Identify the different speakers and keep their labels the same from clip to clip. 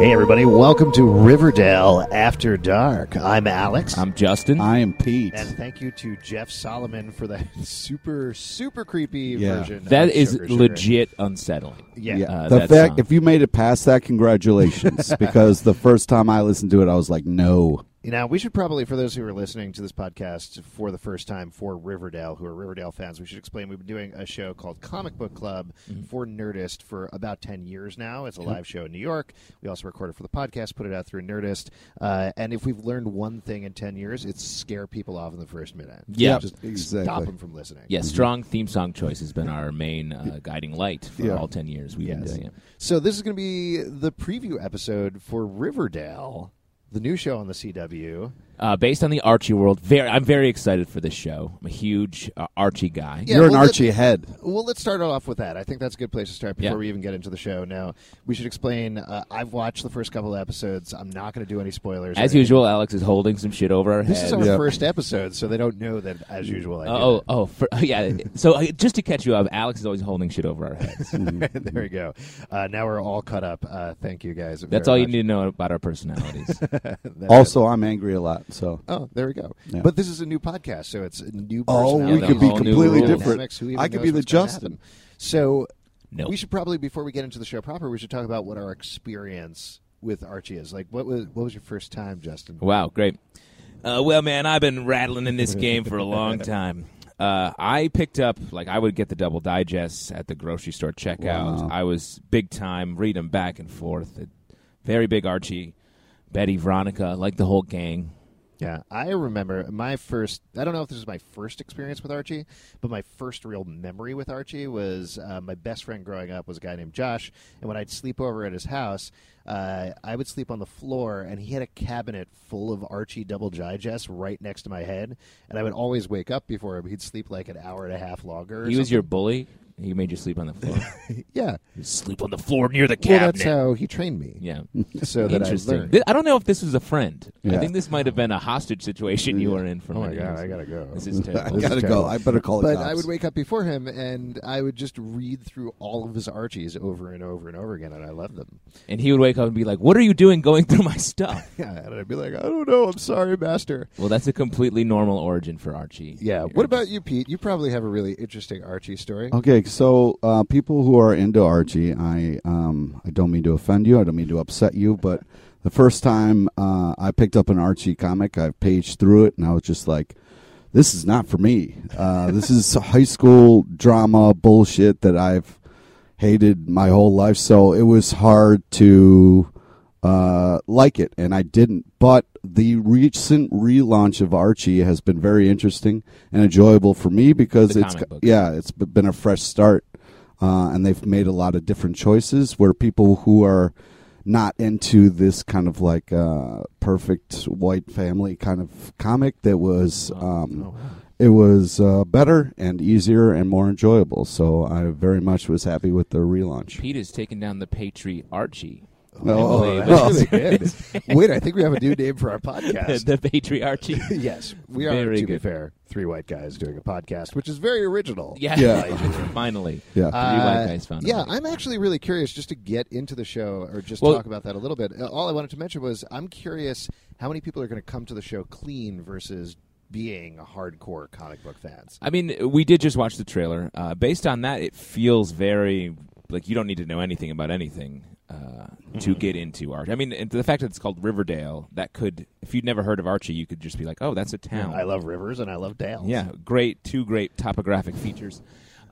Speaker 1: Hey, everybody, welcome to Riverdale After Dark. I'm Alex.
Speaker 2: I'm Justin.
Speaker 3: I am Pete.
Speaker 1: and thank you to Jeff Solomon for that super, super creepy
Speaker 3: Yeah.
Speaker 1: version.
Speaker 2: That
Speaker 1: of
Speaker 2: is
Speaker 1: Sugar Sugar.
Speaker 2: legit unsettling.
Speaker 1: Yeah.
Speaker 2: uh,
Speaker 3: the
Speaker 2: that
Speaker 3: fact
Speaker 2: song.
Speaker 3: if you made it past that, congratulations. because the first time I listened to it, I was like, no.
Speaker 1: Now, we should probably, for those who are listening to this podcast for the first time for Riverdale, who are Riverdale fans, we should explain we've been doing a show called Comic Book Club
Speaker 2: Mm-hmm.
Speaker 1: for Nerdist for about 10 years now. It's a live show in New York. We also record it for the podcast, put it out through Nerdist. Uh, and if we've learned one thing in 10 years, it's scare people off in the first minute.
Speaker 2: Yeah. Yep,
Speaker 1: Just stop
Speaker 3: exactly.
Speaker 1: them from listening.
Speaker 2: yeah, strong theme song choice has been our main uh, guiding light for
Speaker 3: Yeah.
Speaker 2: all ten years we've been
Speaker 1: Yes.
Speaker 2: doing it.
Speaker 1: So this is going to be the preview episode for Riverdale, the new show on the CW.
Speaker 2: Uh, based on the Archie world, very, I'm very excited for this show. I'm a huge uh, Archie guy.
Speaker 1: Yeah,
Speaker 3: You're
Speaker 1: well,
Speaker 3: an
Speaker 1: let-
Speaker 3: Archie head.
Speaker 1: Well, let's start off with that. I think that's a good place to start before
Speaker 2: Yeah.
Speaker 1: we even get into the show. Now, we should explain. Uh, I've watched the first couple of episodes. I'm not going to do any spoilers. or
Speaker 2: As
Speaker 1: anything.
Speaker 2: usual, Alex is holding some shit over our
Speaker 1: This
Speaker 2: head.
Speaker 1: is our
Speaker 3: Yeah.
Speaker 1: first episode, so they don't know that, as usual. I do
Speaker 2: Oh,
Speaker 1: that.
Speaker 2: oh, for, yeah. So uh, just to catch you up, Alex is always holding shit over our heads.
Speaker 1: there we go. Uh, now we're all caught up. Uh, thank you guys.
Speaker 2: That's
Speaker 1: very
Speaker 2: all you
Speaker 1: much.
Speaker 2: need to know about our personalities.
Speaker 3: Also, I'm angry a lot. So
Speaker 1: Oh, there we go.
Speaker 3: Yeah.
Speaker 1: But this is a new podcast, so it's a new.
Speaker 3: Oh,
Speaker 1: personality,
Speaker 2: we could be
Speaker 1: whole new
Speaker 2: completely
Speaker 1: rules.
Speaker 2: different.
Speaker 1: Dynamics, who even
Speaker 3: I could
Speaker 1: knows
Speaker 3: be the
Speaker 1: what's gonna
Speaker 3: Justin.
Speaker 1: happen. So
Speaker 2: Nope.
Speaker 1: we should probably, before we get into the show proper, we should talk about what our experience with Archie is. Like, what was what was your first time, Justin?
Speaker 2: Wow, great. Uh, well, man, I've been rattling in this game for a long time. Uh, I picked up like I would get the double digests at the grocery store checkout. I was big time, read 'em back and forth. It- very big Archie, Betty, Veronica, like the whole gang.
Speaker 1: Yeah, I remember my first. I don't know if this was my first experience with Archie, but my first real memory with Archie was uh, my best friend growing up was a guy named Josh, and when I'd sleep over at his house, uh, I would sleep on the floor, and he had a cabinet full of Archie double digests right next to my head, and I would always wake up before him. He'd sleep like an hour and a half longer. or
Speaker 2: He was your bully. He made you sleep on the floor.
Speaker 1: something. yeah.
Speaker 2: sleep on the floor near the
Speaker 1: Well,
Speaker 2: cabinet.
Speaker 1: that's how he trained me.
Speaker 2: yeah.
Speaker 1: So that I
Speaker 2: Interesting.
Speaker 1: learned.
Speaker 2: Thi- I don't know if this was a friend. I
Speaker 3: Yeah.
Speaker 2: think this might have been a hostage situation you were in for
Speaker 1: Oh my
Speaker 2: many
Speaker 1: God,
Speaker 2: years.
Speaker 1: I gotta go.
Speaker 2: This is
Speaker 3: I
Speaker 2: terrible.
Speaker 3: gotta go.
Speaker 1: terrible.
Speaker 3: I better call it.
Speaker 1: But
Speaker 3: cops.
Speaker 1: I would wake up before him, and I would just read through all of his Archies over and over and over again, and I loved them.
Speaker 2: and he would wake up and be like, "What are you doing going through my stuff?"
Speaker 1: Yeah, and I'd be like, I don't know. I'm sorry, Master.
Speaker 2: Well, that's a completely normal origin for Archie.
Speaker 1: Yeah. What about you, Pete? You probably have a really interesting Archie story.
Speaker 3: Okay, so uh, people who are into Archie, I um, I don't mean to offend you, I don't mean to upset you, but the first time uh, I picked up an Archie comic, I paged through it, and I was just like, "This is not for me. Uh, this is high school drama bullshit that I've hated my whole life." So it was hard to uh, like it, and I didn't. But the recent relaunch of Archie has been very interesting and enjoyable for me because
Speaker 2: The
Speaker 3: it's
Speaker 2: comic book.
Speaker 3: yeah, it's b- been a fresh start, uh, and they've made a lot of different choices where people who are not into this kind of like uh, perfect white family kind of comic that was um, it was uh, better and easier and more enjoyable. So I very much was happy with the relaunch.
Speaker 2: Pete is taking down the Patriot Archie.
Speaker 3: Oh,
Speaker 2: believe
Speaker 3: oh,
Speaker 1: That's really good. Wait, I think we have a new name for our
Speaker 2: The,
Speaker 1: podcast.
Speaker 2: the Patriarchy.
Speaker 1: yes, we are.
Speaker 2: Very
Speaker 1: to be
Speaker 2: good.
Speaker 1: fair, three white guys doing a podcast, which is very original.
Speaker 2: yeah.
Speaker 3: Yeah.
Speaker 2: Finally.
Speaker 3: Yeah.
Speaker 2: Three white
Speaker 1: Uh,
Speaker 2: guys found
Speaker 1: yeah,
Speaker 2: out.
Speaker 1: I'm actually really curious just to get into the show or just
Speaker 2: Well-
Speaker 1: talk about that a little bit. Uh, All I wanted to mention was I'm curious how many people are going to come to the show clean versus being hardcore comic book fans.
Speaker 2: I mean, we did just watch the trailer. Uh, based on that, it feels very like you don't need to know anything about anything uh,
Speaker 1: Mm-hmm.
Speaker 2: to get into Archie. I mean, and the fact that it's called Riverdale, that could, if you'd never heard of Archie, you could just be like, oh, that's a town.
Speaker 1: I love rivers and I love dales.
Speaker 2: Yeah, great. Two great topographic features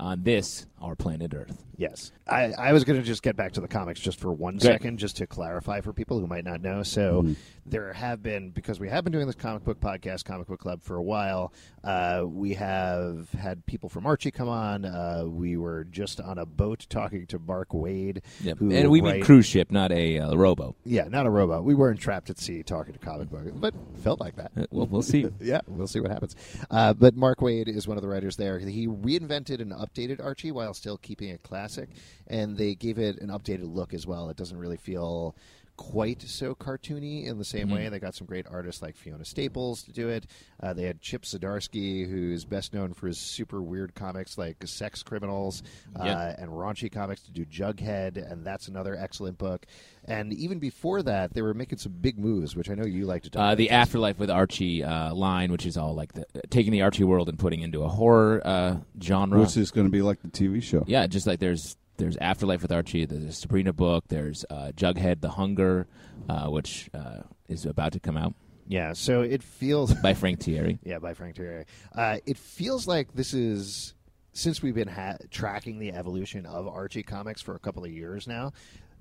Speaker 2: on this our planet Earth.
Speaker 1: Yes. I, I was going to just get back to the comics just for one second, just to clarify for people who might not know. So there have been, because we have been doing this comic book podcast, Comic Book Club, for a while, uh, we have had people from Archie come on. Uh, we were just on a boat talking to Mark Wade. who
Speaker 2: and we mean
Speaker 1: writes-
Speaker 2: cruise ship, not a uh, rowboat.
Speaker 1: Yeah, not a robot. We weren't trapped at sea talking to comic book, but felt like that.
Speaker 2: Uh, Well, we'll see.
Speaker 1: Yeah, we'll see what happens. Uh, but Mark Wade is one of the writers there. He reinvented and updated Archie while still keeping it classic, and they gave it an updated look as well. It doesn't really feel quite so cartoony in the same
Speaker 2: Mm-hmm.
Speaker 1: way. They got some great artists like Fiona Staples to do it. Uh, they had Chip Zdarsky, who's best known for his super weird comics like Sex Criminals uh,
Speaker 2: Yeah.
Speaker 1: and raunchy comics to do Jughead, and that's another excellent book. And even before that, they were making some big moves, which I know you like to talk
Speaker 2: Uh,
Speaker 1: about.
Speaker 2: the afterlife with Archie uh, line, which is all like the, taking the Archie world and putting into a horror uh, genre.
Speaker 3: Which is going to be like the TV show.
Speaker 2: yeah, just like there's there's Afterlife with Archie, there's a Sabrina book, there's uh, Jughead the Hunger, uh, which uh, is about to come out
Speaker 1: Yeah, so it feels
Speaker 2: by Frank Thierry.
Speaker 1: yeah by Frank Terrier. Uh, it feels like this is since we've been ha- tracking the evolution of Archie comics for a couple of years now.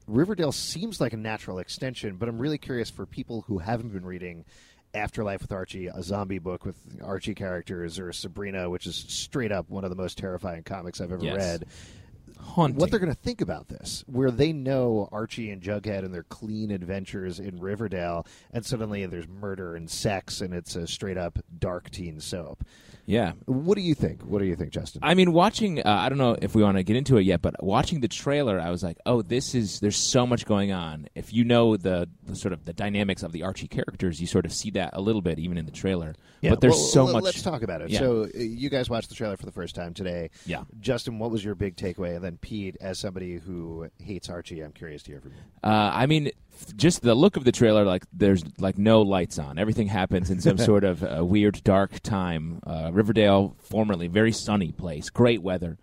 Speaker 1: Riverdale seems like a natural extension, but I'm really curious for people who haven't been reading Afterlife with Archie, a zombie book with Archie characters, or Sabrina, which is straight up one of the most terrifying comics I've ever
Speaker 2: Yes.
Speaker 1: read
Speaker 2: Haunting.
Speaker 1: what they're going to think about this, where they know Archie and Jughead and their clean adventures in Riverdale, and suddenly there's murder and sex, and it's a straight up dark teen soap.
Speaker 2: yeah.
Speaker 1: What do you think? What do you think, Justin?
Speaker 2: I mean, watching. Uh, I don't know if we want to get into it yet, but watching the trailer, I was like, "Oh, this is." There's so much going on. If you know the, the sort of the dynamics of the Archie characters, you sort of see that a little bit even in the trailer. but there's
Speaker 1: well,
Speaker 2: so
Speaker 1: let-
Speaker 2: much.
Speaker 1: Let's talk about it.
Speaker 2: Yeah.
Speaker 1: So, uh, you guys watched the trailer for the first time today.
Speaker 2: Yeah.
Speaker 1: Justin, what was your big takeaway? And then, Pete, as somebody who hates Archie, I'm curious to hear from you.
Speaker 2: Uh, I mean, f- just the look of the trailer, like there's like no lights on. Everything happens in some sort of uh, weird, dark time. Uh, Riverdale, formerly very sunny place, great weather.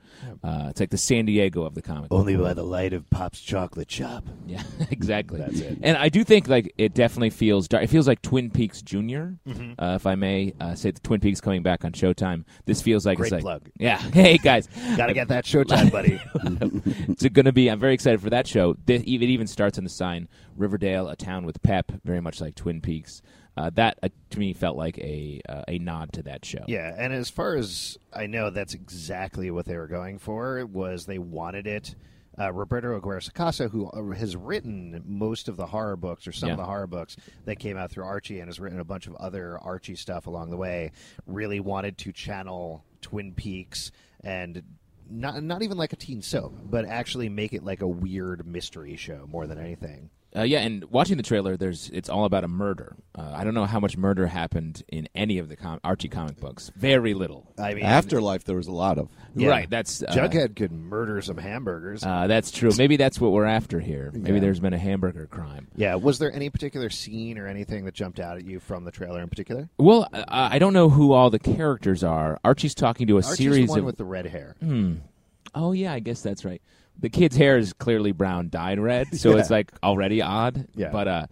Speaker 2: Uh, it's like the San Diego of the comic. book.
Speaker 1: Only by the light of Pop's chocolate shop.
Speaker 2: Yeah, exactly.
Speaker 1: That's it.
Speaker 2: And I do think like it definitely feels dark. It feels like Twin Peaks junior
Speaker 1: Mm-hmm.
Speaker 2: uh, if I may uh, say. The Twin Peaks coming back on Showtime. This feels like
Speaker 1: Great
Speaker 2: it's like,
Speaker 1: plug.
Speaker 2: Yeah. Hey guys,
Speaker 1: Gotta get that showtime, buddy.
Speaker 2: it's going to be. I'm very excited for that show. This, it even starts on the sign Riverdale, a town with pep, very much like Twin Peaks. Uh, that uh, to me felt like a uh, a nod to that show.
Speaker 1: Yeah, and as far as I know, that's exactly what they were going for. Was they wanted it? Uh, Roberto Aguirre Sacasa, who uh, has written most of the horror books or some of
Speaker 2: Yeah.
Speaker 1: the horror books that came out through Archie, and has written a bunch of other Archie stuff along the way, really wanted to channel Twin Peaks and. Not, not even like a teen soap, but actually make it like a weird mystery show more than anything.
Speaker 2: Uh, yeah, and watching the trailer, there's it's all about a murder. Uh, I don't know how much murder happened in any of the com- Archie comic books. Very little.
Speaker 1: I mean,
Speaker 3: Afterlife, there was a lot of.
Speaker 1: Yeah.
Speaker 2: Right. That's uh,
Speaker 1: Jughead could murder some hamburgers.
Speaker 2: Uh, that's true. Maybe that's what we're after here. Maybe there's been a hamburger crime.
Speaker 1: Yeah, was there any particular scene or anything that jumped out at you from the trailer in particular?
Speaker 2: Well, uh, I don't know who all the characters are. Archie's talking to a
Speaker 1: Archie's
Speaker 2: series
Speaker 1: the one
Speaker 2: of. Mm.
Speaker 1: with the red hair.
Speaker 2: oh yeah, I guess that's right. The kid's hair is clearly brown, dyed red, so it's like already odd.
Speaker 1: Yeah.
Speaker 2: But uh,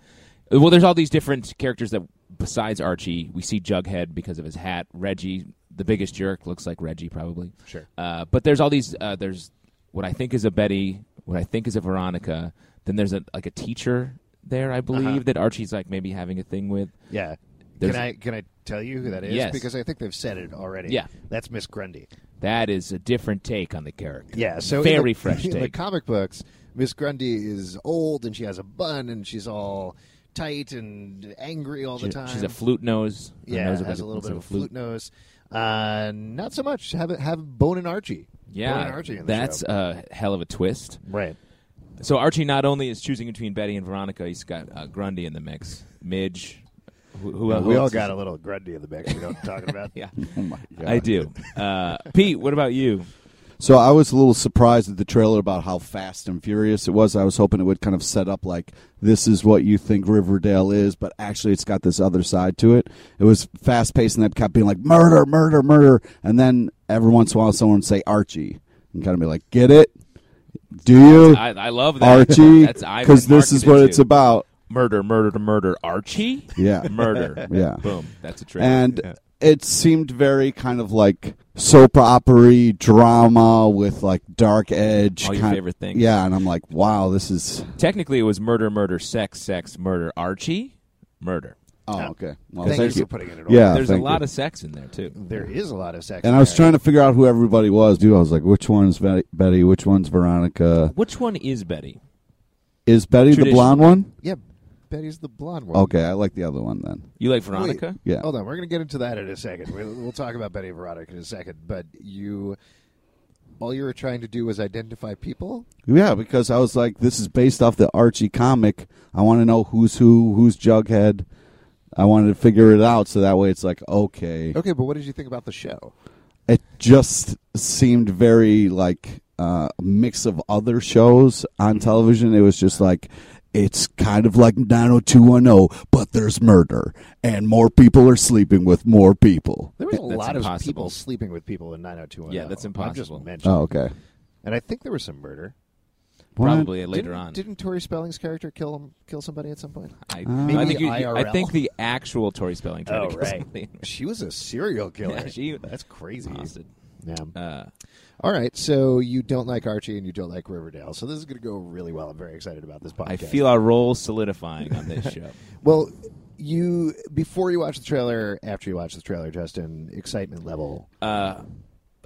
Speaker 2: well, there's all these different characters that besides Archie, we see Jughead because of his hat. Reggie, the biggest jerk, looks like Reggie probably.
Speaker 1: Sure.
Speaker 2: Uh, but there's all these. Uh, there's what I think is a Betty. What I think is a Veronica. Then there's a like a teacher there, I believe,
Speaker 1: Uh-huh.
Speaker 2: that Archie's like maybe having a thing with.
Speaker 1: Yeah.
Speaker 2: There's-
Speaker 1: can I can I tell you who that is?
Speaker 2: Yes.
Speaker 1: Because I think they've said it already.
Speaker 2: Yeah.
Speaker 1: That's Miss Grundy.
Speaker 2: That is a different take on the character.
Speaker 1: Yeah. So in
Speaker 2: very
Speaker 1: the-
Speaker 2: fresh
Speaker 1: in the
Speaker 2: take.
Speaker 1: comic books, Miss Grundy is old and she has a bun and she's all tight and angry all the
Speaker 2: She-
Speaker 1: time.
Speaker 2: She's a flute nose. Her
Speaker 1: Yeah,
Speaker 2: nose
Speaker 1: has
Speaker 2: looks
Speaker 1: a little
Speaker 2: looks
Speaker 1: bit
Speaker 2: like
Speaker 1: of a flute nose. Uh, not so much. Have have Bone and Archie. Bone and
Speaker 2: Yeah,
Speaker 1: Archie. In the
Speaker 2: that's
Speaker 1: show.
Speaker 2: a hell of a twist.
Speaker 1: right.
Speaker 2: So Archie not only is choosing between Betty and Veronica, he's got uh, Grundy in the mix, Midge. Who, who, who
Speaker 1: we all
Speaker 2: else is-
Speaker 1: got a little Grundy in the mix. We don't talk about.
Speaker 2: Yeah,
Speaker 3: Oh my god!
Speaker 2: I do. Uh, Pete, what about you?
Speaker 3: So I was a little surprised at the trailer about how fast and furious it was. I was hoping it would kind of set up like this is what you think Riverdale is, but actually it's got this other side to it. It was fast paced and that kept being like murder, murder, murder, and then every once in a while someone would say Archie and kind of be like, get it? Do you?
Speaker 2: I, I love that
Speaker 3: Archie,
Speaker 2: That's Ivan
Speaker 3: because this is
Speaker 2: marketed
Speaker 3: what
Speaker 2: to.
Speaker 3: it's about.
Speaker 2: Murder, murder to murder. Archie.
Speaker 3: Yeah.
Speaker 2: murder.
Speaker 3: Yeah.
Speaker 2: Boom. That's a trick.
Speaker 3: and it seemed very kind of like soap opery drama with like dark edge.
Speaker 2: All your
Speaker 3: kind-
Speaker 2: favorite things.
Speaker 3: Yeah, and I'm like, wow, this is.
Speaker 2: technically, it was murder, murder, sex, sex, murder. Archie, murder.
Speaker 3: Oh, okay. Well,
Speaker 1: Thank,
Speaker 3: thank,
Speaker 1: you
Speaker 3: you.
Speaker 1: for putting it in order.
Speaker 3: Yeah,
Speaker 2: There's a
Speaker 3: thank
Speaker 2: lot
Speaker 3: you.
Speaker 2: of sex in there too.
Speaker 1: There is a lot of sex.
Speaker 3: And I was
Speaker 1: there.
Speaker 3: trying to figure out who everybody was, dude. I was like, which one's Betty? Betty which one's Veronica?
Speaker 2: Which one is Betty?
Speaker 3: Is Betty the
Speaker 2: Tradition.
Speaker 3: blonde one?
Speaker 1: Yeah, Betty's the blonde one.
Speaker 3: Okay, I like the other one then.
Speaker 2: You like
Speaker 1: Wait,
Speaker 2: Veronica?
Speaker 3: Yeah.
Speaker 1: Hold on. We're going to get into that in a second. We'll, we'll talk about Betty Veronica in a second. But you, all you were trying to do was identify people.
Speaker 3: Yeah, because I was like, this is based off the Archie comic. I want to know who's who, who's Jughead. I wanted to figure it out so that way it's like, okay.
Speaker 1: Okay, but what did you think about the show?
Speaker 3: it just seemed very like uh, a mix of other shows on television. It was just like it's kind of like 90210, but there's murder and more people are sleeping with more people.
Speaker 1: There was a
Speaker 2: That's
Speaker 1: lot of
Speaker 2: impossible.
Speaker 1: people sleeping with people in 90210.
Speaker 2: Yeah, that's
Speaker 1: I'm just
Speaker 2: impossible.
Speaker 1: mentioning.
Speaker 3: Oh, okay.
Speaker 1: And I think there was some murder.
Speaker 2: Probably later
Speaker 1: didn't,
Speaker 2: on.
Speaker 1: Didn't Tori Spelling's character kill him, kill somebody at some point?
Speaker 2: I,
Speaker 1: Maybe
Speaker 2: I think you- you- I
Speaker 1: IRL.
Speaker 2: think the actual Tori Spelling. tried to kill somebody.
Speaker 1: She was a serial killer.
Speaker 2: Yeah, she-
Speaker 1: that's crazy.
Speaker 2: Bastard.
Speaker 1: Yeah.
Speaker 2: Uh,
Speaker 1: All right, so you don't like Archie and you don't like Riverdale. So this is going to go really well. I'm very excited about this podcast.
Speaker 2: I feel our role solidifying on this show.
Speaker 1: Well, you before you watch the trailer, after you watch the trailer, Justin, excitement level.
Speaker 2: uh,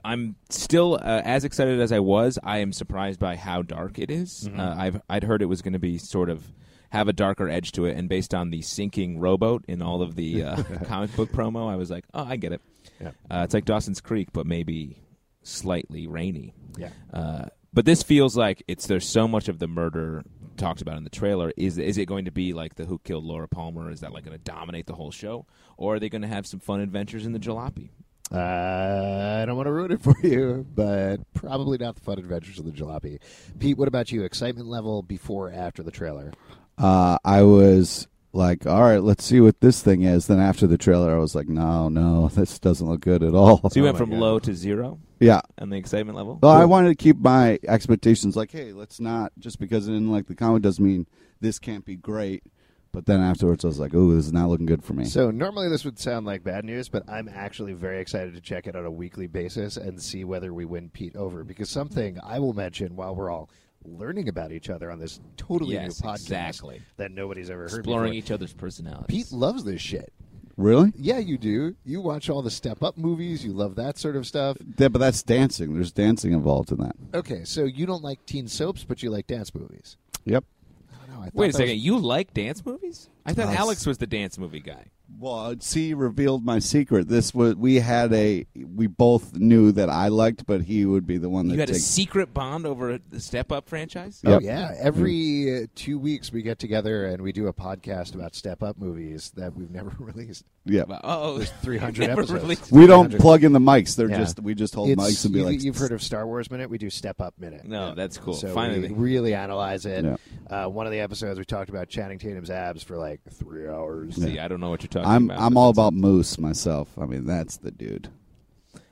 Speaker 2: I'm still uh, as excited as I was. I am surprised by how dark it is. Uh, I've I'd heard it was going to be sort of have a darker edge to it, and based on the sinking rowboat in all of the uh, comic book promo, I was like, oh, I get it.
Speaker 1: Yeah.
Speaker 2: Uh, it's like Dawson's Creek, but maybe slightly rainy.
Speaker 1: Yeah.
Speaker 2: Uh, but this feels like it's there's so much of the murder talked about in the trailer. Is is it going to be like the Who Killed Laura Palmer? Is that like going to dominate the whole show, or are they going to have some fun adventures in the jalopy?
Speaker 1: Uh, I don't want to ruin it for you, but probably not the fun adventures of the jalopy. Pete, what about you? Excitement level before or after the trailer?
Speaker 3: Uh, I was like, all right, let's see what this thing is. Then after the trailer, I was like, no, no, this doesn't look good at all.
Speaker 1: Oh
Speaker 3: Oh
Speaker 2: So you went from low to zero
Speaker 3: yeah.
Speaker 2: on the excitement level.
Speaker 3: Well, I wanted to keep my expectations like, hey, let's not just because I didn't like the comic doesn't mean this can't be great. But then afterwards, I was like, "Ooh, this is not looking good for me."
Speaker 1: So normally this would sound like bad news, but I'm actually very excited to check it on a weekly basis and see whether we win Pete over because something I will mention while we're all learning about each other on this totally
Speaker 2: Yes,
Speaker 1: new podcast
Speaker 2: exactly.
Speaker 1: that nobody's ever heard
Speaker 2: exploring
Speaker 1: before.
Speaker 2: each other's personalities.
Speaker 1: Pete loves this shit.
Speaker 3: really?
Speaker 1: Yeah, you do. You watch all the step up movies. You love that sort of stuff.
Speaker 3: Yeah, but that's dancing. There's dancing involved in that.
Speaker 1: Okay, so you don't like teen soaps, but you like dance movies.
Speaker 3: Yep.
Speaker 1: I don't know, I thought
Speaker 2: Wait a
Speaker 1: that
Speaker 2: second,
Speaker 1: was-
Speaker 2: you like dance movies? I thought Alex was the dance movie guy.
Speaker 3: Well, see, revealed my secret. This was we had a we both knew that I liked, but he would be the one that
Speaker 2: You had a
Speaker 3: takes-
Speaker 2: secret bond over the Step Up franchise?
Speaker 1: Oh
Speaker 3: Yep.
Speaker 1: yeah! Every uh, two weeks we get together and we do a podcast about step up movies that we've never released.
Speaker 3: Yeah.
Speaker 2: Oh,
Speaker 1: There's 300
Speaker 2: never
Speaker 1: episodes.
Speaker 2: released-
Speaker 3: We don't
Speaker 1: 300.
Speaker 3: plug in the mics. They're
Speaker 1: Yeah.
Speaker 3: just we just hold
Speaker 1: It's-
Speaker 3: mics and be
Speaker 1: you,
Speaker 3: like,
Speaker 1: you've heard of Star Wars Minute? We do Step Up Minute.
Speaker 2: No, that's cool.
Speaker 1: So
Speaker 2: Finally.
Speaker 1: we really analyze it. Uh, one of the episodes we talked about Channing Tatum's abs for like three hours.
Speaker 2: See, I don't know what you're talking
Speaker 3: I'm
Speaker 2: about.
Speaker 3: I'm
Speaker 2: but
Speaker 3: all
Speaker 2: that's-
Speaker 3: about Moose myself. I mean, that's the dude.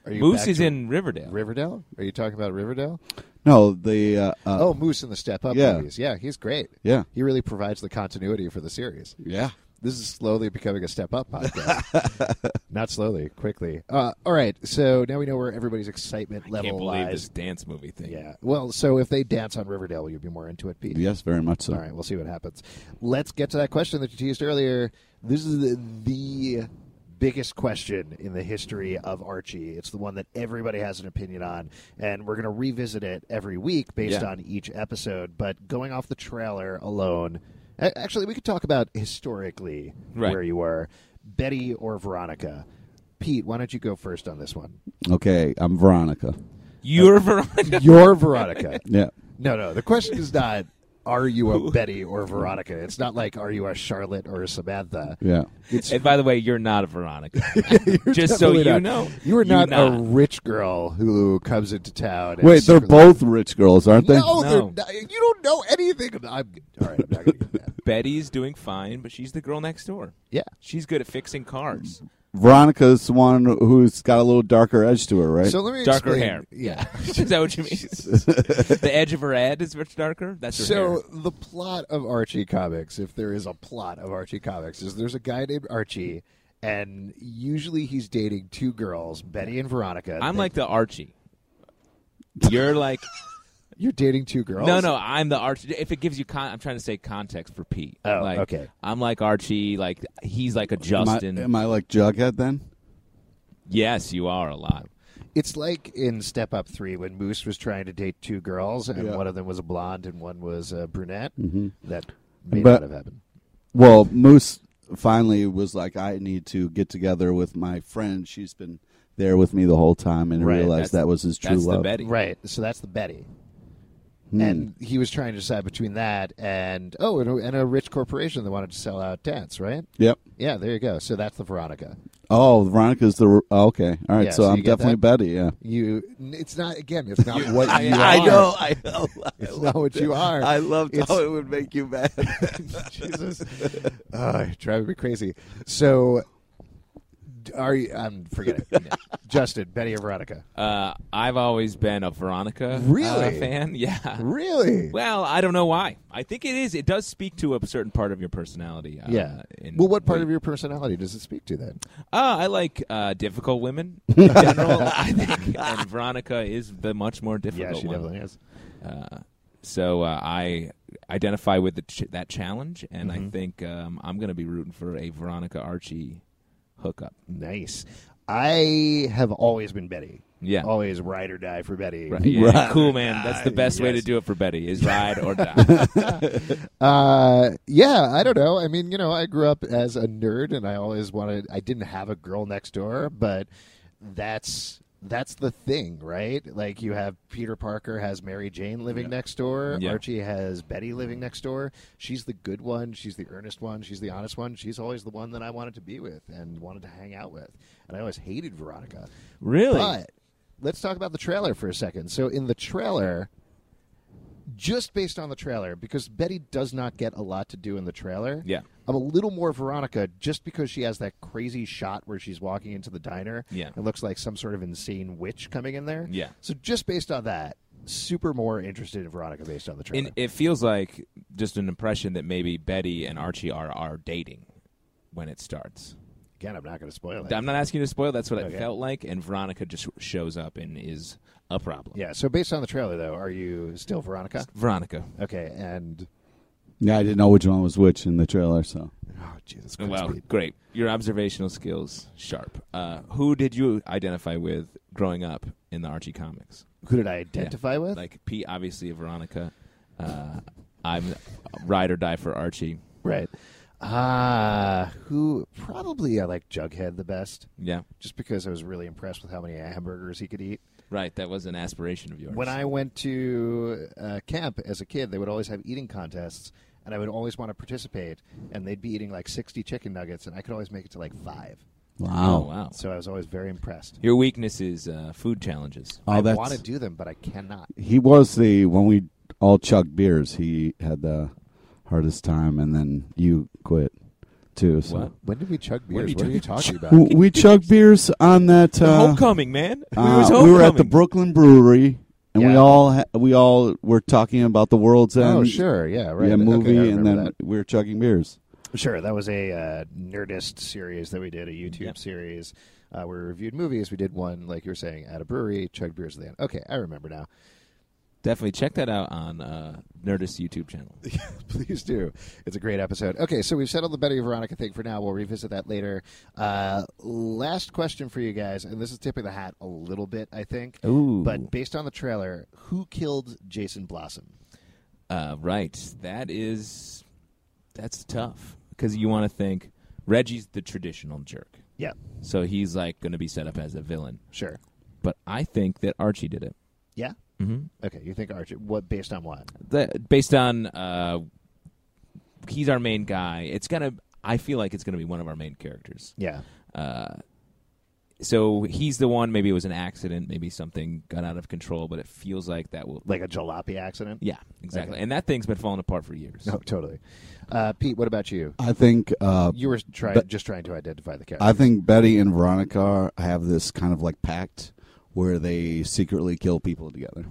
Speaker 1: Are you
Speaker 2: Moose
Speaker 1: back
Speaker 2: is
Speaker 1: to
Speaker 2: in Riverdale.
Speaker 1: Riverdale. Are you talking about Riverdale?
Speaker 3: No, the uh, uh,
Speaker 1: oh, Moose in the Step Up
Speaker 3: yeah.
Speaker 1: movies. Yeah, he's great.
Speaker 3: Yeah.
Speaker 1: he really provides the continuity for the series.
Speaker 3: yeah.
Speaker 1: This is slowly becoming a step up podcast. Not slowly, quickly. Uh, all right, so now we know where everybody's excitement
Speaker 2: I
Speaker 1: level
Speaker 2: can't believe
Speaker 1: lies.
Speaker 2: this dance movie thing.
Speaker 1: Yeah. Well, so if they dance on Riverdale, will you be more into it, Pete?
Speaker 3: Yes, very much so.
Speaker 1: All right, we'll see what happens. Let's get to that question that you teased earlier. This is the, the biggest question in the history of Archie. It's the one that everybody has an opinion on, and we're going to revisit it every week based
Speaker 2: Yeah.
Speaker 1: on each episode. But going off the trailer alone, a- actually, we could talk about historically
Speaker 2: Right.
Speaker 1: where you were, Betty or Veronica. Pete, why don't you go first on this one?
Speaker 3: Okay, I'm Veronica.
Speaker 2: You're Veronica.
Speaker 1: You're Veronica.
Speaker 3: Yeah.
Speaker 1: No, no. The question is not are you a Betty or Veronica. It's not like are you a Charlotte or a Samantha.
Speaker 3: Yeah.
Speaker 2: And by the way, you're not a Veronica. Just so
Speaker 1: Definitely
Speaker 2: you
Speaker 1: not.
Speaker 2: know,
Speaker 1: you are
Speaker 2: you're
Speaker 1: not, a rich girl who comes into town. And
Speaker 3: Wait, they're
Speaker 1: secretly-
Speaker 3: both rich girls, aren't they?
Speaker 1: No, they're
Speaker 2: No.
Speaker 1: not. You don't know anything. About, I'm all right. I'm not gonna get that.
Speaker 2: Betty's doing fine, but she's the girl next door.
Speaker 1: Yeah.
Speaker 2: She's good at fixing cars.
Speaker 3: Veronica's the one who's got a little darker edge to her, right?
Speaker 1: So let me
Speaker 2: Darker
Speaker 1: explain-
Speaker 2: hair.
Speaker 1: Yeah.
Speaker 2: Is that what you mean? the edge of her ad is much darker. That's her
Speaker 1: So
Speaker 2: hair.
Speaker 1: the plot of Archie comics, if there is a plot of Archie comics, is there's a guy named Archie, and usually he's dating two girls, Betty and Veronica.
Speaker 2: I'm
Speaker 1: They-
Speaker 2: like the Archie. You're like
Speaker 1: you're dating two girls.
Speaker 2: no, no. I'm the Archie. If it gives you, con- I'm trying to say context for Pete.
Speaker 1: Oh,
Speaker 2: like,
Speaker 1: okay.
Speaker 2: I'm like Archie. Like he's like a
Speaker 3: am, I,
Speaker 2: Justin.
Speaker 3: am I like Jughead then?
Speaker 2: yes, you are a lot.
Speaker 1: It's like in Step Up 3 when Moose was trying to date two girls, and
Speaker 3: Yeah. Mm-hmm.
Speaker 1: one of them was a blonde and one was a brunette. That may
Speaker 3: But-
Speaker 1: not have happened.
Speaker 3: Well, Moose finally was like, I need to get together with my friend. She's been there with me the whole time and
Speaker 1: Right,
Speaker 3: realized
Speaker 2: that's-
Speaker 3: that was his true
Speaker 2: That's the
Speaker 3: love.
Speaker 2: Betty.
Speaker 1: Right. So that's the Betty.
Speaker 3: Hmm.
Speaker 1: And he was trying to decide between that and, oh, and a, and a rich corporation that wanted to sell out dance, right?
Speaker 3: Yep.
Speaker 1: Yeah, there you go. So that's the Veronica.
Speaker 3: Oh, Veronica's the oh, okay. All right,
Speaker 1: Yeah, so
Speaker 3: so,
Speaker 1: you
Speaker 3: I'm
Speaker 1: get
Speaker 3: definitely
Speaker 1: that?
Speaker 3: Betty. Yeah.
Speaker 1: You, it's not again. It's not what you are.
Speaker 3: I know. I know.
Speaker 1: It's not what you are.
Speaker 3: I loved
Speaker 1: It's-
Speaker 3: how it would make you mad.
Speaker 1: Jesus, uh, you're driving me crazy. So, are you? I'm forget it. Justin, Betty, or Veronica?
Speaker 2: Uh, I've always been a Veronica uh,
Speaker 1: Really?
Speaker 2: fan. Yeah.
Speaker 1: Really?
Speaker 2: Well, I don't know why. I think it is. It does speak to a certain part of your personality. Uh,
Speaker 1: Yeah.
Speaker 2: in-
Speaker 1: well, what part of your personality does it speak to then?
Speaker 2: Uh, I like uh, difficult women in general. I think, and Veronica is the much more difficult one.
Speaker 1: is.
Speaker 2: Uh, so uh, I identify with the ch- that challenge, and
Speaker 1: Mm-hmm.
Speaker 2: I think um, I'm going to be rooting for a Veronica Archie hookup.
Speaker 1: Nice. I have always been Betty.
Speaker 2: Yeah.
Speaker 1: Always ride or die for Betty.
Speaker 2: Right. Yeah, Cool, man. That's the best way to
Speaker 1: Yes.
Speaker 2: do it for Betty is ride or die.
Speaker 1: Uh, yeah, I don't know. I mean, you know, I grew up as a nerd, and I always wanted. I didn't have a girl next door, but that's that's the thing, right? Like you have Peter Parker has Mary Jane living next door.
Speaker 2: Yeah.
Speaker 1: Archie has Betty living next door. She's the good one. She's the earnest one. She's the honest one. She's always the one that I wanted to be with and wanted to hang out with. And I always hated Veronica.
Speaker 2: really?
Speaker 1: But let's talk about the trailer for a second. So in the trailer, just based on the trailer, because Betty does not get a lot to do in the trailer.
Speaker 2: Yeah.
Speaker 1: I'm a little more Veronica just because she has that crazy shot where she's walking into the diner.
Speaker 2: Yeah.
Speaker 1: It looks like some sort of insane witch coming in there.
Speaker 2: Yeah.
Speaker 1: So just based on that, super more interested in Veronica based on the trailer.
Speaker 2: And it feels like just an impression that maybe Betty and Archie are are dating when it starts.
Speaker 1: Again, I'm not going to spoil it.
Speaker 2: I'm not asking you to spoil. That's what
Speaker 1: Okay.
Speaker 2: it felt like, and Veronica just shows up and is a problem.
Speaker 1: yeah. So based on the trailer, though, are you still Veronica?
Speaker 2: Veronica.
Speaker 1: Okay. And
Speaker 3: yeah, I didn't know which one was which in the trailer, so
Speaker 1: oh Jesus Christ!
Speaker 2: Wow,
Speaker 1: Pete.
Speaker 2: great! Your observational skills sharp. Uh, who did you identify with growing up in the Archie comics?
Speaker 1: Who did I identify with?
Speaker 2: Like Pete, obviously Veronica. Uh, I'm ride or die for Archie.
Speaker 1: Right. Uh, who probably I like Jughead the best,
Speaker 2: Yeah,
Speaker 1: just because I was really impressed with how many hamburgers he could eat.
Speaker 2: right. That was an aspiration of yours.
Speaker 1: When I went to uh, camp as a kid, they would always have eating contests, and I would always want to participate. And they'd be eating like sixty chicken nuggets, and I could always make it to like five.
Speaker 2: oh wow,
Speaker 1: So I was always very impressed.
Speaker 2: your weakness is uh, food challenges.
Speaker 3: Oh,
Speaker 1: I
Speaker 3: that's
Speaker 1: want to do them, but I cannot.
Speaker 3: he was the when we all chugged beers. He had the hardest time, and then you quit too. So
Speaker 2: What?
Speaker 1: When did we chug
Speaker 2: When
Speaker 1: beers?
Speaker 2: did
Speaker 1: What are
Speaker 2: you
Speaker 1: you
Speaker 2: chug-
Speaker 1: talking about?
Speaker 3: W- we chugged beers on that.
Speaker 2: The
Speaker 3: Uh,
Speaker 2: homecoming, man. We
Speaker 3: uh,
Speaker 2: was
Speaker 3: we were at the
Speaker 2: homecoming.
Speaker 3: Brooklyn Brewery, and we
Speaker 1: Yeah.
Speaker 3: all ha- we all were talking about the world's end.
Speaker 1: Oh, sure, yeah, right.
Speaker 3: yeah,
Speaker 1: Okay, I
Speaker 3: movie, and
Speaker 1: remember
Speaker 3: then
Speaker 1: that.
Speaker 3: we were chugging beers.
Speaker 1: Sure, that was a uh, Nerdist series that we did, a YouTube
Speaker 2: Yep.
Speaker 1: series uh, where we reviewed movies. We did one, like you were saying, at a brewery, chugged beers at the end. Okay, I remember now.
Speaker 2: definitely check that out on uh, Nerdist YouTube channel.
Speaker 1: Please do. It's a great episode. Okay, so we've settled the Betty Veronica thing for now. We'll revisit that later. Uh, last question for you guys, and this is tipping the hat a little bit, I think.
Speaker 2: Ooh.
Speaker 1: But based on the trailer, who killed Jason Blossom?
Speaker 2: Uh, right. That is that's tough because you want to think Reggie's the traditional jerk,
Speaker 1: Yeah,
Speaker 2: so he's like going to be set up as a villain.
Speaker 1: sure.
Speaker 2: But I think that Archie did it.
Speaker 1: Yeah. Mm-hmm. Okay, you think Archie? What based on what?
Speaker 2: That, based on uh, he's our main guy. It's gonna. I feel like it's gonna be one of our main characters.
Speaker 1: Yeah.
Speaker 2: So he's the one. Maybe it was an accident. Maybe something got out of control. But it feels like that will.
Speaker 1: Like a jalopy accident?
Speaker 2: Yeah, exactly. And that thing's been falling apart for years.
Speaker 1: No, totally. Uh, Pete, what about you?
Speaker 3: I think uh,
Speaker 1: You were try-
Speaker 3: But-
Speaker 1: just trying to identify the character.
Speaker 3: I think Betty and Veronica are- have this kind of like pact where they secretly kill people together.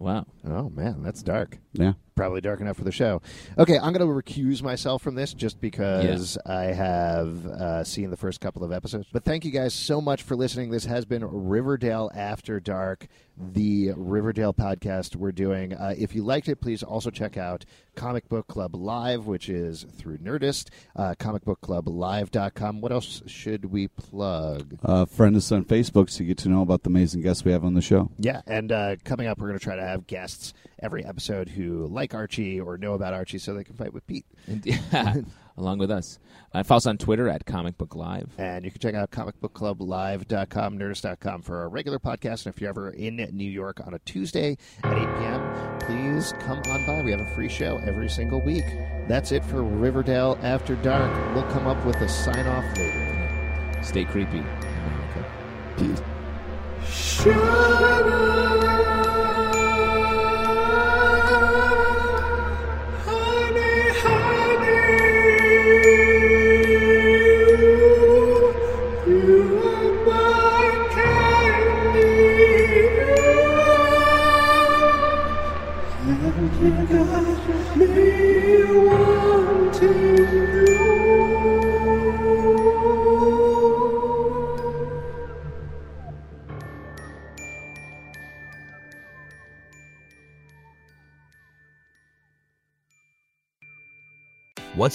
Speaker 2: Wow.
Speaker 1: oh, man, that's dark.
Speaker 3: Yeah.
Speaker 1: probably dark enough for the show. Okay, I'm going to recuse myself from this just because I have uh, seen the first couple of episodes. But thank you guys so much for listening. This has been Riverdale After Dark, the Riverdale podcast we're doing. Uh, if you liked it, please also check out Comic Book Club Live, which is through Nerdist, uh, comicbookclublive.com. What else should we plug?
Speaker 3: Uh, friend us on Facebook so you get to know about the amazing guests we have on the show.
Speaker 1: Yeah, and uh, coming up, we're going to try to have guests every episode who like Archie or know about Archie so they can fight with Pete.
Speaker 2: And- yeah, along with us. Uh, follow us on Twitter at Comic Book Live.
Speaker 1: And you can check out comicbookclublive.com, nerdist.com for our regular podcast. And if you're ever in New York on a Tuesday at 8 p.m., please come on by. We have a free show every single week. That's it for Riverdale After Dark. We'll come up with a sign off later.
Speaker 2: Stay creepy.
Speaker 3: Peace.
Speaker 4: What's